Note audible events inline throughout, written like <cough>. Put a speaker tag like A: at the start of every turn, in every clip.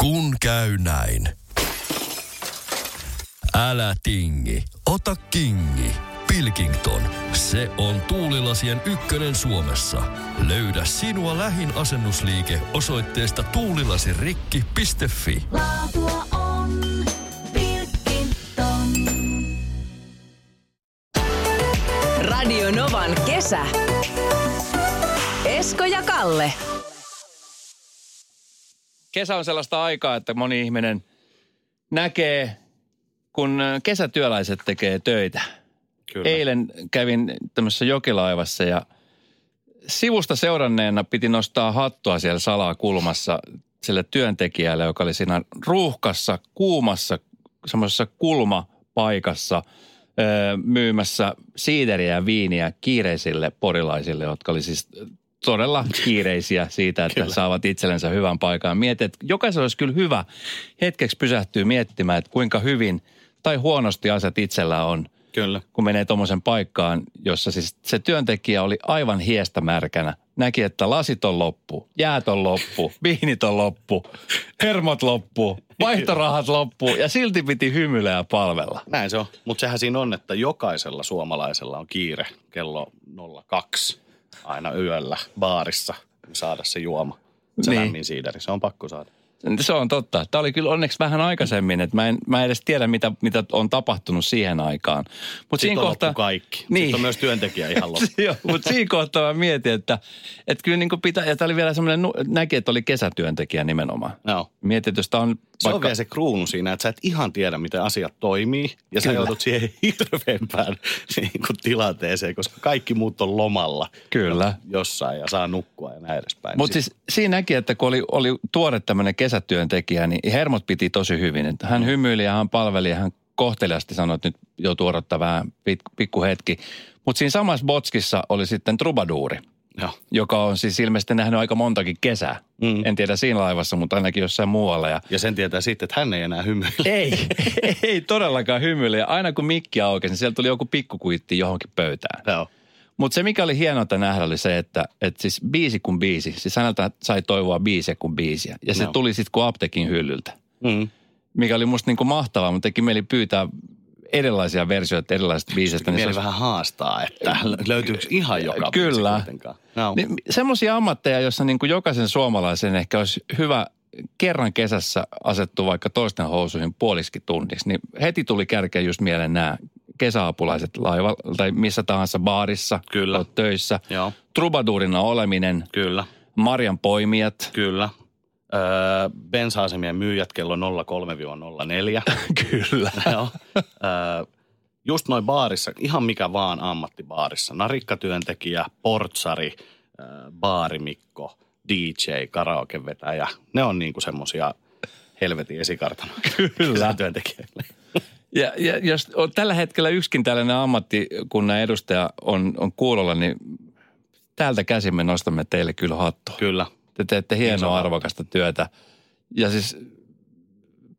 A: Kun käy näin. Älä tingi, ota kingi. Pilkington, se on tuulilasien ykkönen Suomessa. Löydä sinua lähin asennusliike osoitteesta tuulilasirikki.fi.
B: Laatua on Pilkington.
C: Radio Novan kesä. Esko ja Kalle.
D: kesä on sellaista aikaa, että moni ihminen näkee, kun ö, kesätyöläiset tekee töitä. Kyllä. Eilen kävin tämmöisessä jokilaivassa ja sivusta seuranneena piti nostaa hattua siellä salakulmassa sille työntekijälle, joka oli siinä ruuhkassa, kuumassa, semmoisessa kulmapaikassa ö, myymässä siideriä ja viiniä kiireisille porilaisille, jotka oli siis todella kiireisiä siitä, että saavat itsellensä hyvän paikan. Mietin, että jokaisella olisi kyllä hyvä hetkeksi pysähtyä miettimään, että kuinka hyvin tai huonosti asiat itsellä on –
E: Kyllä.
D: kun menee tuommoisen paikkaan, jossa siis se työntekijä oli aivan hiestä märkänä. Näki, että lasit on loppu, jäät on
E: <laughs>
D: loppu, viinit on loppu, hermot loppu, vaihtorahat loppu ja silti piti hymyillä ja palvella.
E: Näin se on. Mutta sehän siinä on, että jokaisella suomalaisella on kiire kello 02 aina yöllä baarissa saada se juoma. Se
D: Niin.
E: niin. lämmin siideri, se on pakko saada.
D: Se on totta. Tämä oli kyllä onneksi vähän aikaisemmin, että mä en, mä en edes tiedä, mitä, mitä on tapahtunut siihen aikaan. Mutta
E: Sitten
D: siinä
E: on
D: kohtaa...
E: loppu kaikki. Niin.
D: Niin.
E: Sitten on myös työntekijä ihan loppu.
D: <laughs> Joo, mutta siinä kohtaa mä mietin, että, että kyllä niin pitää, ja tämä oli vielä semmoinen, nu- näki, että oli kesätyöntekijä nimenomaan.
E: No.
D: Mietin, että jos tämä on
E: Se on vielä se kruunu siinä, että sä et ihan tiedä, miten asiat toimii. Ja sä
D: Kyllä.
E: joudut siihen <laughs> hirveämpään niin kuin tilanteeseen, koska kaikki muut on lomalla
D: Kyllä.
E: jossain ja saa nukkua ja näin edespäin. Niin
D: Mutta siis siinäkin, että kun oli, oli tuore tämmöinen kesätyöntekijä, niin hermot piti tosi hyvin. Että hän hymyili ja hän palveli ja hän kohteliasti sanoi, että nyt joutuu odottaa vähän pit, pikku hetki. Mutta siinä samassa botskissa oli sitten trubaduuri,
E: Joo.
D: joka on siis ilmeisesti nähnyt aika montakin kesää. Mm.
E: Mm.
D: En tiedä siinä laivassa, mutta ainakin jossain muualla. Ja
E: Ja sen tietää sitten, että hän ei enää hymyile.
D: ei, <laughs> ei todellakaan hymyile. Ja aina kun mikki aukesi, niin sieltä tuli joku pikkukuitti johonkin pöytään.
E: Joo.
D: Mutta se mikä oli hienointa nähdä oli se, että, että siis biisi kuin biisi. Siis häneltä sai toivoa biisiä kuin biisiä. Ja se no.
E: Joo.
D: tuli sitten kuin apteekin hyllyltä,
E: Mm.
D: mikä oli musta niinku mahtavaa. Mutta teki mieli pyytää erilaisia versioita erilaisista biisistä.
E: Mieli
D: Niin se olisi-
E: vähän haastaa, että löytyykö ihan joka
D: Kyllä.
E: biisi kuitenkaan. No.
D: Niin, semmoisia ammatteja, joissa niin kuin jokaisen suomalaisen ehkä olisi hyvä kerran kesässä asettua vaikka toisten housuihin puoliskin tunniksi, niin heti tuli kärkeä just mieleen nämä kesäapulaiset laiva tai missä tahansa baarissa,
E: Kyllä.
D: oot töissä,
E: Joo.
D: trubaduurina oleminen,
E: Kyllä,
D: marjan poimijat.
E: kyllä. Öö, bensa-asemien myyjät kello 03-04.
D: <laughs> Kyllä.
E: Joo. Öö, just noin baarissa, ihan mikä vaan ammattibaarissa. Narikkatyöntekijä, portsari, öö, baarimikko, DJ, karaokevetäjä. Ne on niinku semmosia
D: <laughs>
E: helvetin esikartana. Kyllä. <laughs> Työntekijöille.
D: Ja, ja jos on tällä hetkellä yksikin tällainen ammattikunnan edustaja on, on kuulolla, niin täältä käsin me nostamme teille kyllä hattua.
E: Kyllä.
D: Te teette
E: Niin
D: hienoa arvokasta työtä. Ja siis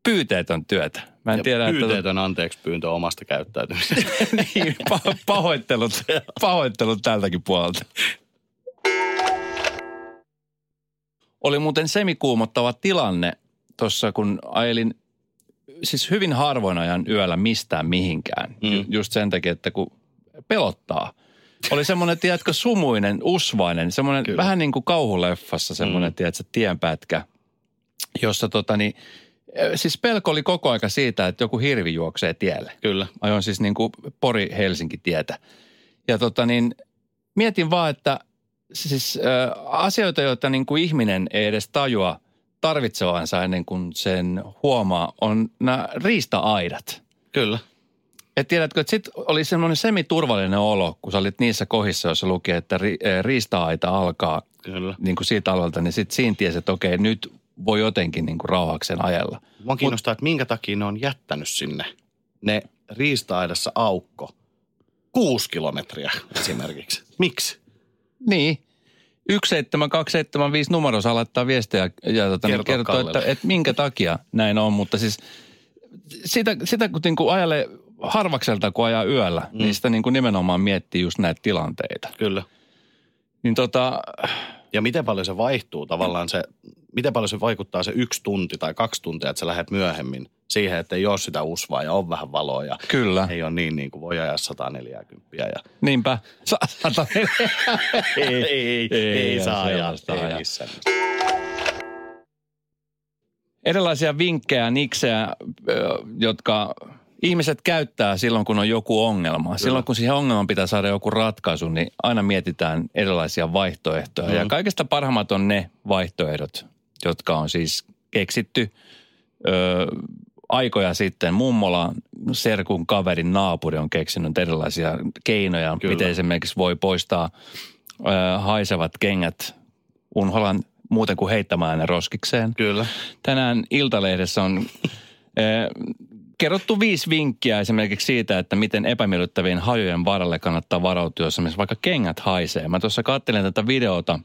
D: pyyteetön työtä. Mä en
E: Ja
D: tiedä, että... tuota-
E: pyyteetön anteeksi pyyntö omasta käyttäytymisestä.
D: <laughs>
E: <laughs>
D: niin, <laughs> pa- pahoittelut, pahoittelut tältäkin puolelta. Oli muuten semikuumottava tilanne tuossa, kun ajelin siis hyvin harvoin ajan yöllä mistään mihinkään. Mm. Ju- just sen takia, että kun pelottaa. Oli semmoinen, tiedätkö, sumuinen, usvainen, semmoinen
E: Kyllä.
D: vähän niin kuin kauhuleffassa semmoinen, mm. tiedätkö, tienpätkä, jossa tota niin, eh, siis pelko oli koko aika siitä, että joku hirvi juoksee tielle.
E: Kyllä.
D: Ajoin siis niin kuin Pori-Helsinki-tietä. Ja tota niin, mietin vaan, että siis äh, asioita, joita niin kuin ihminen ei edes tajua tarvitsevansa ennen kuin sen huomaa, on nämä riista-aidat.
E: Kyllä.
D: Et tiedätkö, että sitten oli semmoinen semiturvallinen olo, kun sä olit niissä kohdissa, jossa luki, että ri, äh, riista-aita alkaa
E: Kyllä.
D: niin kuin siitä alalta, niin sitten siinä tiesi, että okei, nyt voi jotenkin niin kuin rauhaksen ajella.
E: Mua kiinnostaa, että minkä takia ne on jättänyt sinne ne riista-aidassa aukko kuusi kilometriä <laughs> esimerkiksi. Miksi?
D: Niin. 17275 numero saa laittaa viestejä ja tota, niin
E: Kertoa
D: kertoa, että,
E: Kallelle.
D: että minkä takia näin on, mutta siis sitä, sitä kun niinku ajalle harvakselta, kun ajaa yöllä, mm. niin sitä niinku nimenomaan miettii just näitä tilanteita.
E: Kyllä.
D: Niin tota,
E: Ja miten paljon se vaihtuu tavallaan se, miten paljon se vaikuttaa se yksi tunti tai kaksi tuntia, että sä lähdet myöhemmin siihen, että ei ole sitä usvaa ja on vähän valoa ja
D: Kyllä.
E: ei ole niin, niin kuin voi ajaa 140 ja
D: Niinpä. Sa- sata-
E: <laughs> ei, ei, ei, ei saa ajaa.
D: sellaista
E: Ei
D: ajaa.
E: missään.
D: Erilaisia vinkkejä, niksejä, ö, jotka ihmiset käyttää silloin, kun on joku ongelma. Silloin, kun siihen ongelmaan pitää saada joku ratkaisu, niin aina mietitään erilaisia vaihtoehtoja. Ja
E: Mm.
D: kaikista parhaimmat on ne vaihtoehdot, jotka on siis keksitty ö, aikoja sitten. Mummola Serkun kaverin naapuri on keksinyt erilaisia keinoja, Kyllä.
E: Kyllä.
D: miten esimerkiksi voi poistaa ö, haisevat kengät unholan muuten kuin heittämään ne roskikseen.
E: Kyllä.
D: Tänään Iltalehdessä on <laughs> ö, kerrottu viisi vinkkiä esimerkiksi siitä, että miten epämiellyttäviin hajojen varalle kannattaa varautua, jos esimerkiksi vaikka kengät haisee. Mä tuossa katselin tätä videota,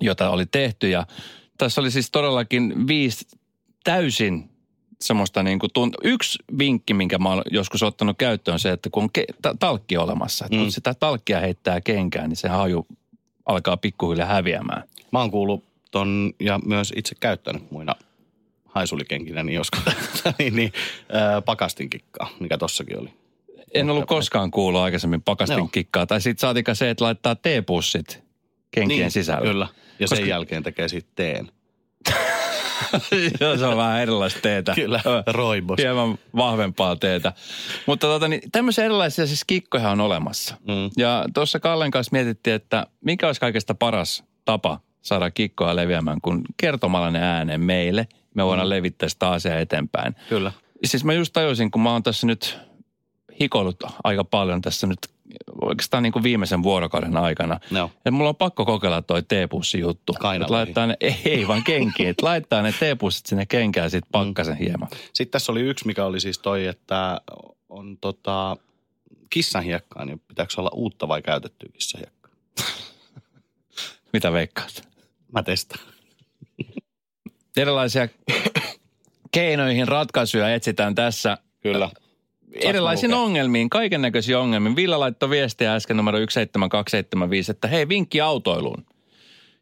D: jota oli tehty ja tässä oli siis todellakin viisi täysin semmoista niin kuin tunt- Yksi vinkki, minkä mä olen joskus ottanut käyttöön on se, että kun on ke- ta- talkki olemassa, että kun
E: Mm.
D: sitä talkkia heittää kenkään, niin se haju alkaa pikkuhiljaa häviämään.
E: Mä oon kuullut ton ja myös itse käyttänyt muina haisulikenkinä, niin joskus <laughs> niin, niin ää, pakastinkikkaa, mikä tossakin oli.
D: En ollut koskaan kuullut aikaisemmin pakastin
E: Joo.
D: kikkaa. Tai sitten saatika se, että laittaa teepussit kenkien sisälle.
E: Niin, Kyllä. Ja
D: Koska-
E: sen jälkeen tekee sitten
D: <laughs>
E: teen.
D: Joo, <laughs> se on vähän erilaista teetä.
E: Kyllä,
D: Ö,
E: roibos.
D: Hieman vahvempaa teetä. Mutta tota, niin, tämmöisiä erilaisia siis kikkoja on olemassa.
E: Mm.
D: Ja tuossa Kallen kanssa mietittiin, että mikä olisi kaikista paras tapa saada kikkoja leviämään, kun kertomalla ne ääneen meille. Me voidaan
E: Mm.
D: levittää sitä asiaa eteenpäin.
E: Kyllä.
D: Siis mä just tajusin, kun mä oon tässä nyt hikoillut aika paljon tässä nyt oikeastaan niin kuin viimeisen vuorokauden aikana.
E: No.
D: Et mulla on pakko kokeilla toi teepussi juttu.
E: Kainaloihin.
D: laittaa ne, ei, ei vaan kenkiin. Et laittaa ne teepussit sinne kenkään sit pakkasen hieman.
E: Sitten tässä oli yksi, mikä oli siis toi, että on tota, kissanhiekkaa, niin pitääkö olla uutta vai käytettyä kissanhiekkaa?
D: Mitä veikkaat?
E: Mä testaan.
D: Erilaisia keinoihin ratkaisuja etsitään tässä.
E: Kyllä.
D: Erilaisiin
E: lukea?
D: ongelmiin, kaiken näköisiin ongelmiin. Villa laittoi viestiä äsken numero 17275, että hei vinkki autoiluun.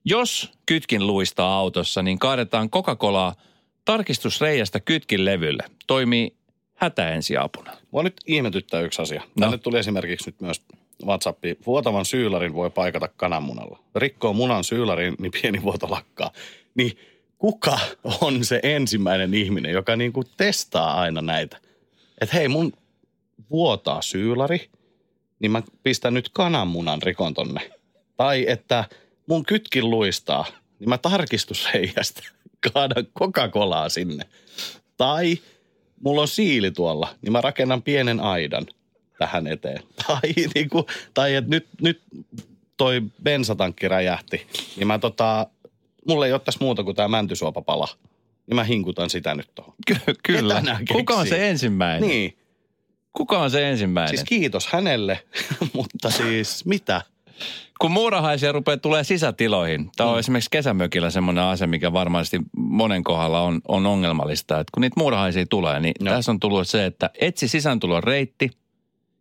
D: Jos kytkin luistaa autossa, niin kaadetaan Coca-Colaa tarkistusreijästä kytkin levylle. Toimii hätäensiapuna.
E: Mua nyt ihmetyttää yksi asia. No. Tänne tuli esimerkiksi nyt myös WhatsAppi. Vuotavan syylärin voi paikata kananmunalla. Rikkoo munan syylärin, niin pieni vuoto lakkaa. Niin kuka on se ensimmäinen ihminen, joka niinku testaa aina näitä? Että hei, mun vuotaa syylari, niin mä pistän nyt kananmunan rikon tonne. Tai että mun kytkin luistaa, niin mä tarkistusreijästä kaadan Coca-Colaa sinne. Tai mulla on siili tuolla, niin mä rakennan pienen aidan tähän eteen. <laughs> Tai, niin kuin, tai että nyt, nyt toi bensatankki räjähti, niin mä tota, mulla ei ole tässä muuta kuin tämä mäntysuopapala. Niin mä hinkutan sitä nyt tuohon.
D: Ky- kyllä.
E: Ketä nää keksii?
D: Kuka on se ensimmäinen? Niin.
E: Niin,
D: Kuka on se ensimmäinen?
E: siis
D: Siis...
E: kiitos hänelle, <laughs> mutta siis mitä?
D: Kun muurahaisia rupeaa tulee sisätiloihin, tämä
E: Mm.
D: on esimerkiksi kesämökillä semmoinen asia, mikä varmasti monen kohdalla on, on ongelmallista, että kun niitä muurahaisia tulee, niin no.
E: No.
D: tässä on tullut se, että etsi sisääntulon reitti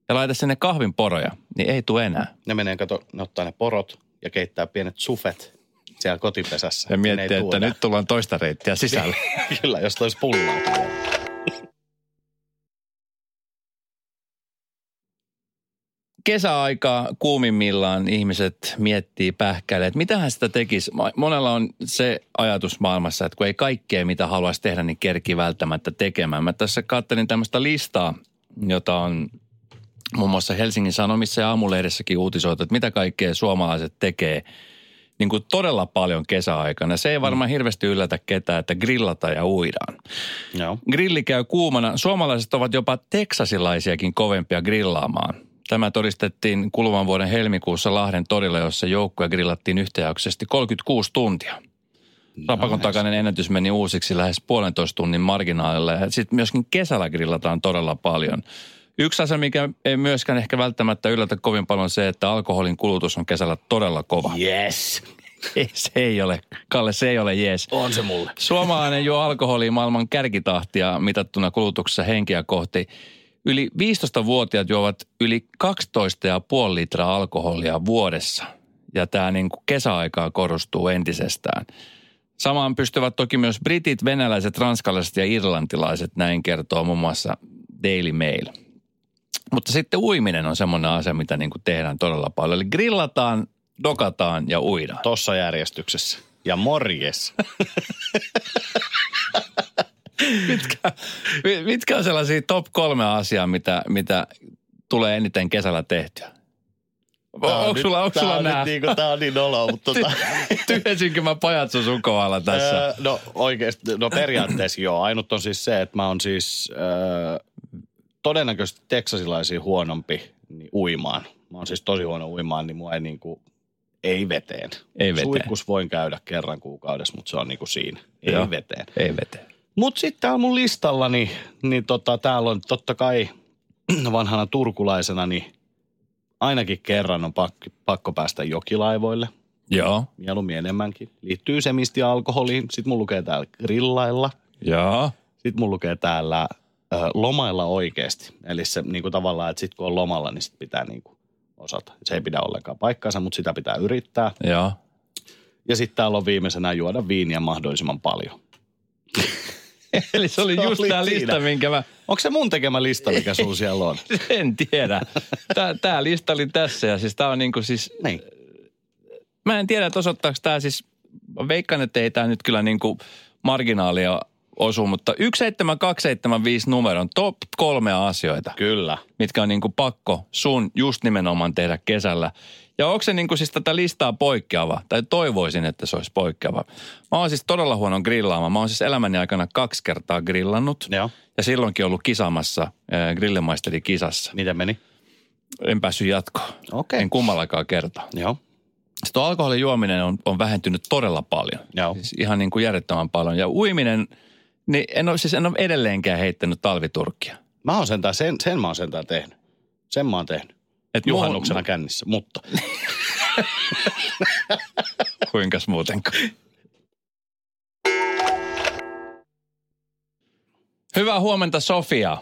D: ja laita sinne kahvin poroja, niin ei tule enää.
E: Ne menee, kato, ne ottaa ne porot ja keittää pienet sufet siellä kotipesässä. niin
D: Ja
E: Ne ei
D: miettii,
E: tuu
D: että
E: enää.
D: nyt tullaan toista reittiä
E: <laughs>
D: sisälle.
E: Kyllä, jos tois pullaa.
D: kesäaikaa kuumimmillaan ihmiset miettii pähkäille, että mitähän sitä tekisi. Ma- Monella on se ajatus maailmassa, että kun ei kaikkea mitä haluaisi tehdä, niin kerki välttämättä tekemään. Mä tässä kattelin tämmöistä listaa, jota on muun muassa Helsingin Sanomissa ja aamulehdessäkin uutisoitu, että mitä kaikkea suomalaiset tekee niin kuin todella paljon kesäaikana. Se ei varmaan hirveästi yllätä ketään, että grillata ja uidaan.
E: Joo.
D: Grilli käy kuumana. Suomalaiset ovat jopa teksasilaisiakin kovempia grillaamaan. Tämä todistettiin kuluvan vuoden helmikuussa Lahden torilla, jossa joukkoja grillattiin yhtäjaksoisesti 36 tuntia. Rapakon takainen ennätys meni uusiksi lähes puolentoista tunnin marginaalilla. Ja sitten myöskin kesällä grillataan todella paljon. Yksi asia, mikä ei myöskään ehkä välttämättä yllätä kovin paljon on se, että alkoholin kulutus on kesällä todella kova.
E: Yes.
D: <laughs> Se ei ole, Kalle, se ei ole jees.
E: On se mulle.
D: Suomalainen juo alkoholia maailman kärkitahtia mitattuna kulutuksessa henkiä kohti. Yli 15-vuotiaat juovat yli 12,5 litraa alkoholia vuodessa. Ja tämä niin kuin kesäaikaa korostuu niinku entisestään. Samaan pystyvät toki myös britit, venäläiset, ranskalaiset ja irlantilaiset, näin kertoo muun muassa Daily Mail. Mutta sitten uiminen on semmoinen asia, mitä niin kuin tehdään todella paljon. Eli grillataan, dokataan ja uidaan.
E: Tossa järjestyksessä. Ja morjes.
D: mitkä, mi- mitkä on sellaisia top kolme asiaa, mitä, mitä tulee eniten kesällä tehtyä?
E: Tää on
D: Onko
E: nyt-
D: sulla, onko
E: tää
D: sulla
E: on
D: nämä?
E: nyt niinku,
D: <laughs>
E: tää on niin noloa, mutta tota,
D: Tyhjensinkö mä pajatson sun kohdalla <laughs> tässä?
E: öö, no oikeesti, no periaatteessa joo. Ainut on siis se, että mä oon siis öö, todennäköisesti teksasilaisia huonompi niin uimaan. Mä oon siis tosi huono uimaan, niin mua ei niinku, ei veteen.
D: Ei veteen.
E: Suihkus voin käydä kerran kuukaudessa, mutta se on niinku siinä. Ei
D: Joo.
E: veteen.
D: Ei vete.
E: Mutta sitten täällä mun listalla, niin, niin tota, täällä on totta kai vanhana turkulaisena, niin ainakin kerran on pakko, pakko päästä jokilaivoille.
D: Joo,
E: Mieluummin enemmänkin. Liittyy se misti alkoholiin. Sitten mun lukee täällä grillailla.
D: joo.
E: Sitten mun lukee täällä ö, lomailla oikeasti. Eli se niin kuin tavallaan, että sitten kun on lomalla, niin sit pitää niin kuin osata. Se ei pidä ollenkaan paikkaansa, mutta sitä pitää yrittää.
D: Joo.
E: Ja sitten täällä on viimeisenä juoda viiniä mahdollisimman paljon.
D: Eli se oli
E: Se
D: just
E: oli
D: tämä
E: siinä.
D: lista, minkä mä <laughs>
E: Onko se mun tekemä lista, mikä sulla siellä on?
D: en tiedä. Tämä lista oli tässä ja siis tämä on niinku siis,
E: Niin.
D: mä en tiedä, että osoittaako tämä siis, mä veikkaan, että ei tämä nyt kyllä niinku marginaalia osu, mutta 17275 numero on top kolme asioita.
E: Kyllä.
D: mitkä on niin kuin pakko sun just nimenomaan tehdä kesällä. Ja onko se niin kuin siis tätä listaa poikkeava? Tai toivoisin, että se olisi poikkeava. Mä oon siis todella huono grillaamaan. Mä oon siis elämäni aikana kaksi kertaa grillannut.
E: Joo.
D: Ja silloinkin ollut kisamassa, äh, grillimaisteri kisassa.
E: Miten meni?
D: En päässyt jatkoon.
E: Okei.
D: En kummallakaan kertaa.
E: Joo.
D: Sitten alkoholin juominen on, on vähentynyt todella paljon.
E: Joo.
D: Siis ihan niin kuin järjettömän paljon. Ja uiminen, niin en ole, siis en ole edelleenkään heittänyt talviturkkia.
E: Mä oon sentään, sen, sen mä oon sentään tehnyt. Sen mä oon tehnyt.
D: Et
E: Juhannuksena kännissä, mutta
D: Mu- kuinkas muutenkaan. Hyvää huomenta Sofia.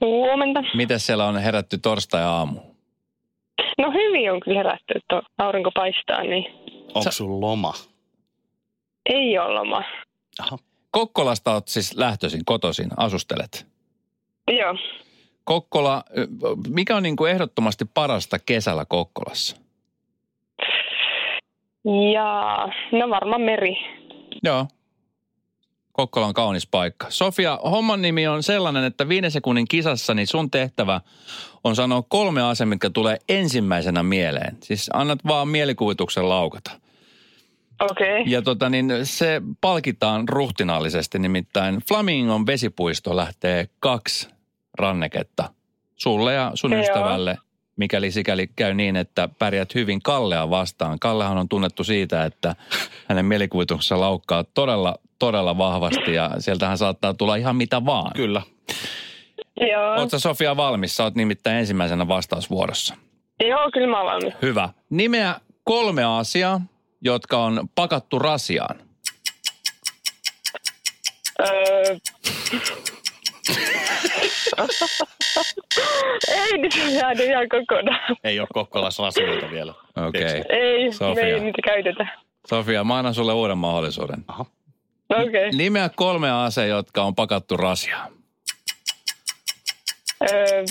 B: Huomenta.
D: Miten siellä on herätty torstai-aamu?
B: No hyvin on kyllä herätty, että on- aurinko paistaa, niin
E: onko sun loma?
B: ei ole loma.
E: Aha.
D: Kokkolasta olet siis lähtöisin, kotoisin, asustelet.
B: Joo.
D: Kokkola, ö, mikä on niin kuin ehdottomasti parasta kesällä Kokkolassa?
B: Ja no varmaan meri.
D: Joo. Kokkola on kaunis paikka. Sofia, homman nimi on sellainen, että viiden sekunnin kisassa niin sun tehtävä on sanoa kolme asiaa, mitkä tulee ensimmäisenä mieleen. Siis annat vaan mielikuvituksen laukata.
B: Okei. Okay.
D: Ja tota niin, se palkitaan ruhtinaallisesti, nimittäin Flamingon vesipuisto lähtee kaksi ranneketta sulle ja sun
B: Joo.
D: ystävälle, mikäli sikäli käy niin, että pärjät hyvin Kallea vastaan. Kallehan on tunnettu siitä, että hänen mielikuvituksessa laukkaa todella, todella vahvasti ja sieltähän saattaa tulla ihan mitä vaan.
E: Kyllä.
B: Joo.
D: Oletko Sofia valmis? Sä oot nimittäin ensimmäisenä vastausvuorossa.
B: Joo, kyllä mä oon valmis.
D: Hyvä. Nimeä kolme asiaa, jotka on pakattu rasiaan.
B: Öö... <laughs> ei nyt jäänyt ihan kokonaan.
E: Ei ole kokkolassa rasioita vielä.
D: Okei.
E: Tiedätkö?
B: Ei,
D: Sofia.
B: me ei niitä käytetä.
D: Sofia, mä annan sulle uuden mahdollisuuden.
E: Aha.
B: No Okei. Okay.
D: Nimeä kolme ase, jotka on pakattu rasiaan.
B: Öö...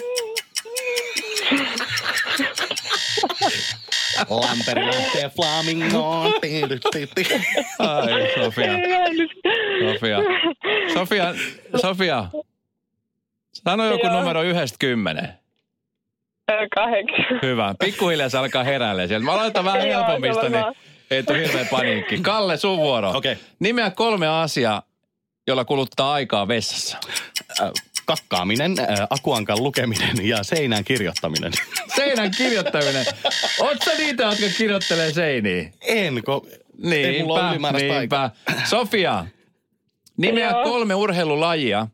E: Lamperi lähtee flamingoon.
D: Ai, Sofia.
B: ei jäänyt.
D: Sofia. Sofia, Sofia. Sano joku
B: Joo.
D: numero yhdestä kymmenen.
B: Öö, kahdeksan.
D: Hyvä. Pikkuhiljaa se alkaa heräillä sieltä. Mä aloitan vähän
B: Joo,
D: helpommista,
B: kyllä
D: niin
B: vaan.
D: ei tule hirveä paniikki. Kalle, sun vuoro.
E: Okei.
D: Nimeä kolme asiaa, jolla kuluttaa aikaa vessassa.
E: Äh, Kakkaaminen, äh, akuankan lukeminen ja seinään kirjoittaminen.
D: Seinän kirjoittaminen. Oot sä niitä, jotka kirjoittelee seiniin?
E: En, kun ei mulla ole
D: Niinpä,
E: ylimääräistä aikaa.
D: Niin, niinpä. <laughs> Sofia, nimeä
B: Joo.
D: kolme urheilulajia,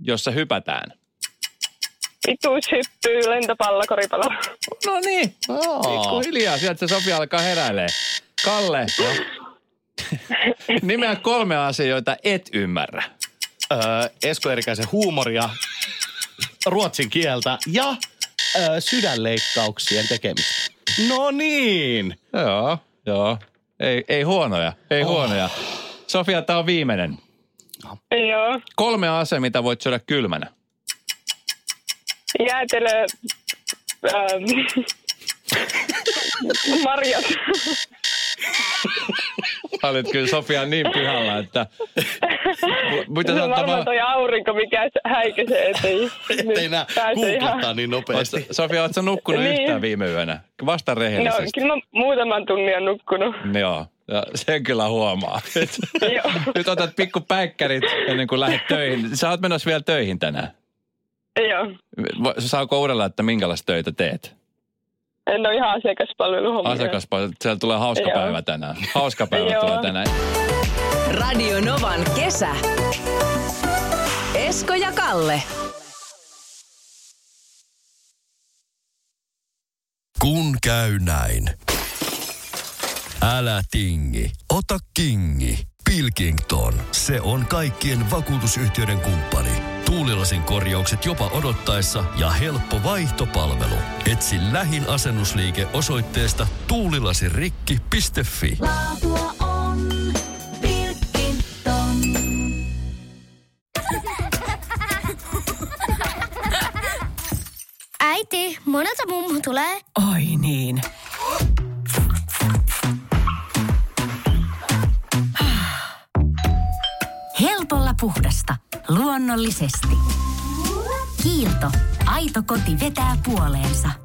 D: jossa hypätään.
B: Pituus hyppyy, lentopallo, koripallo.
D: No niin,
E: Aa,
D: pikkuhiljaa. Sieltä se Sofia alkaa heräilee. Kalle, no.
B: <laughs>
D: nimeä kolme asiaa, joita et ymmärrä.
E: äh, Esko Erikäisen huumoria, ruotsin kieltä ja äh, sydänleikkauksien tekemistä. No niin.
D: Joo, joo. Ei, ei huonoja, ei oh. huonoja. Sofia, tämä on viimeinen.
B: Joo.
D: Kolme asiaa, mitä voit syödä kylmänä.
B: Jäätelö. Ähm, marjat.
D: Sä olit kyllä Sofia niin pihalla,
B: <laughs>
D: että... Mitä
B: se on varmaan
D: sanottavaa?
B: toi aurinko, mikä se häikäisee, ettei,
E: Ettei
B: <laughs>
E: nää googlettaa niin nopeasti.
D: Sofia, ootko sä nukkunut
B: Niin.
D: yhtään viime yönä? Vasta
B: No,
D: rehellisesti.
B: kyllä mä muutaman tunnin on nukkunut. <laughs>
D: Joo, ja sen kyllä huomaa. Nyt-
B: Joo.
D: Nyt otat pikku päikkärit ennen kuin lähdet töihin. Sä oot menossa vielä töihin tänään.
B: Joo.
D: Va- Saako uudella, että minkälaista töitä teet?
B: En ole ihan asiakaspalveluhommia.
D: Asiakaspalvelu, siellä tulee hauska
B: Joo.
D: päivä tänään. Hauska päivä
B: Joo.
D: tulee tänään.
C: Radio Novan kesä. Esko ja Kalle.
A: Kun käy näin. Älä tingi, ota kingi. Pilkington, se on kaikkien vakuutusyhtiöiden kumppani. Tuulilasin korjaukset jopa odottaessa ja helppo vaihtopalvelu. Etsi lähin asennusliike osoitteesta tuulilasirikki.fi.
F: Laatua on Pilkington.
G: Äiti, monelta mummu tulee?
C: Ai niin.
F: Helpolla puhdasta. Luonnollisesti. Kiilto. Aito koti vetää puoleensa.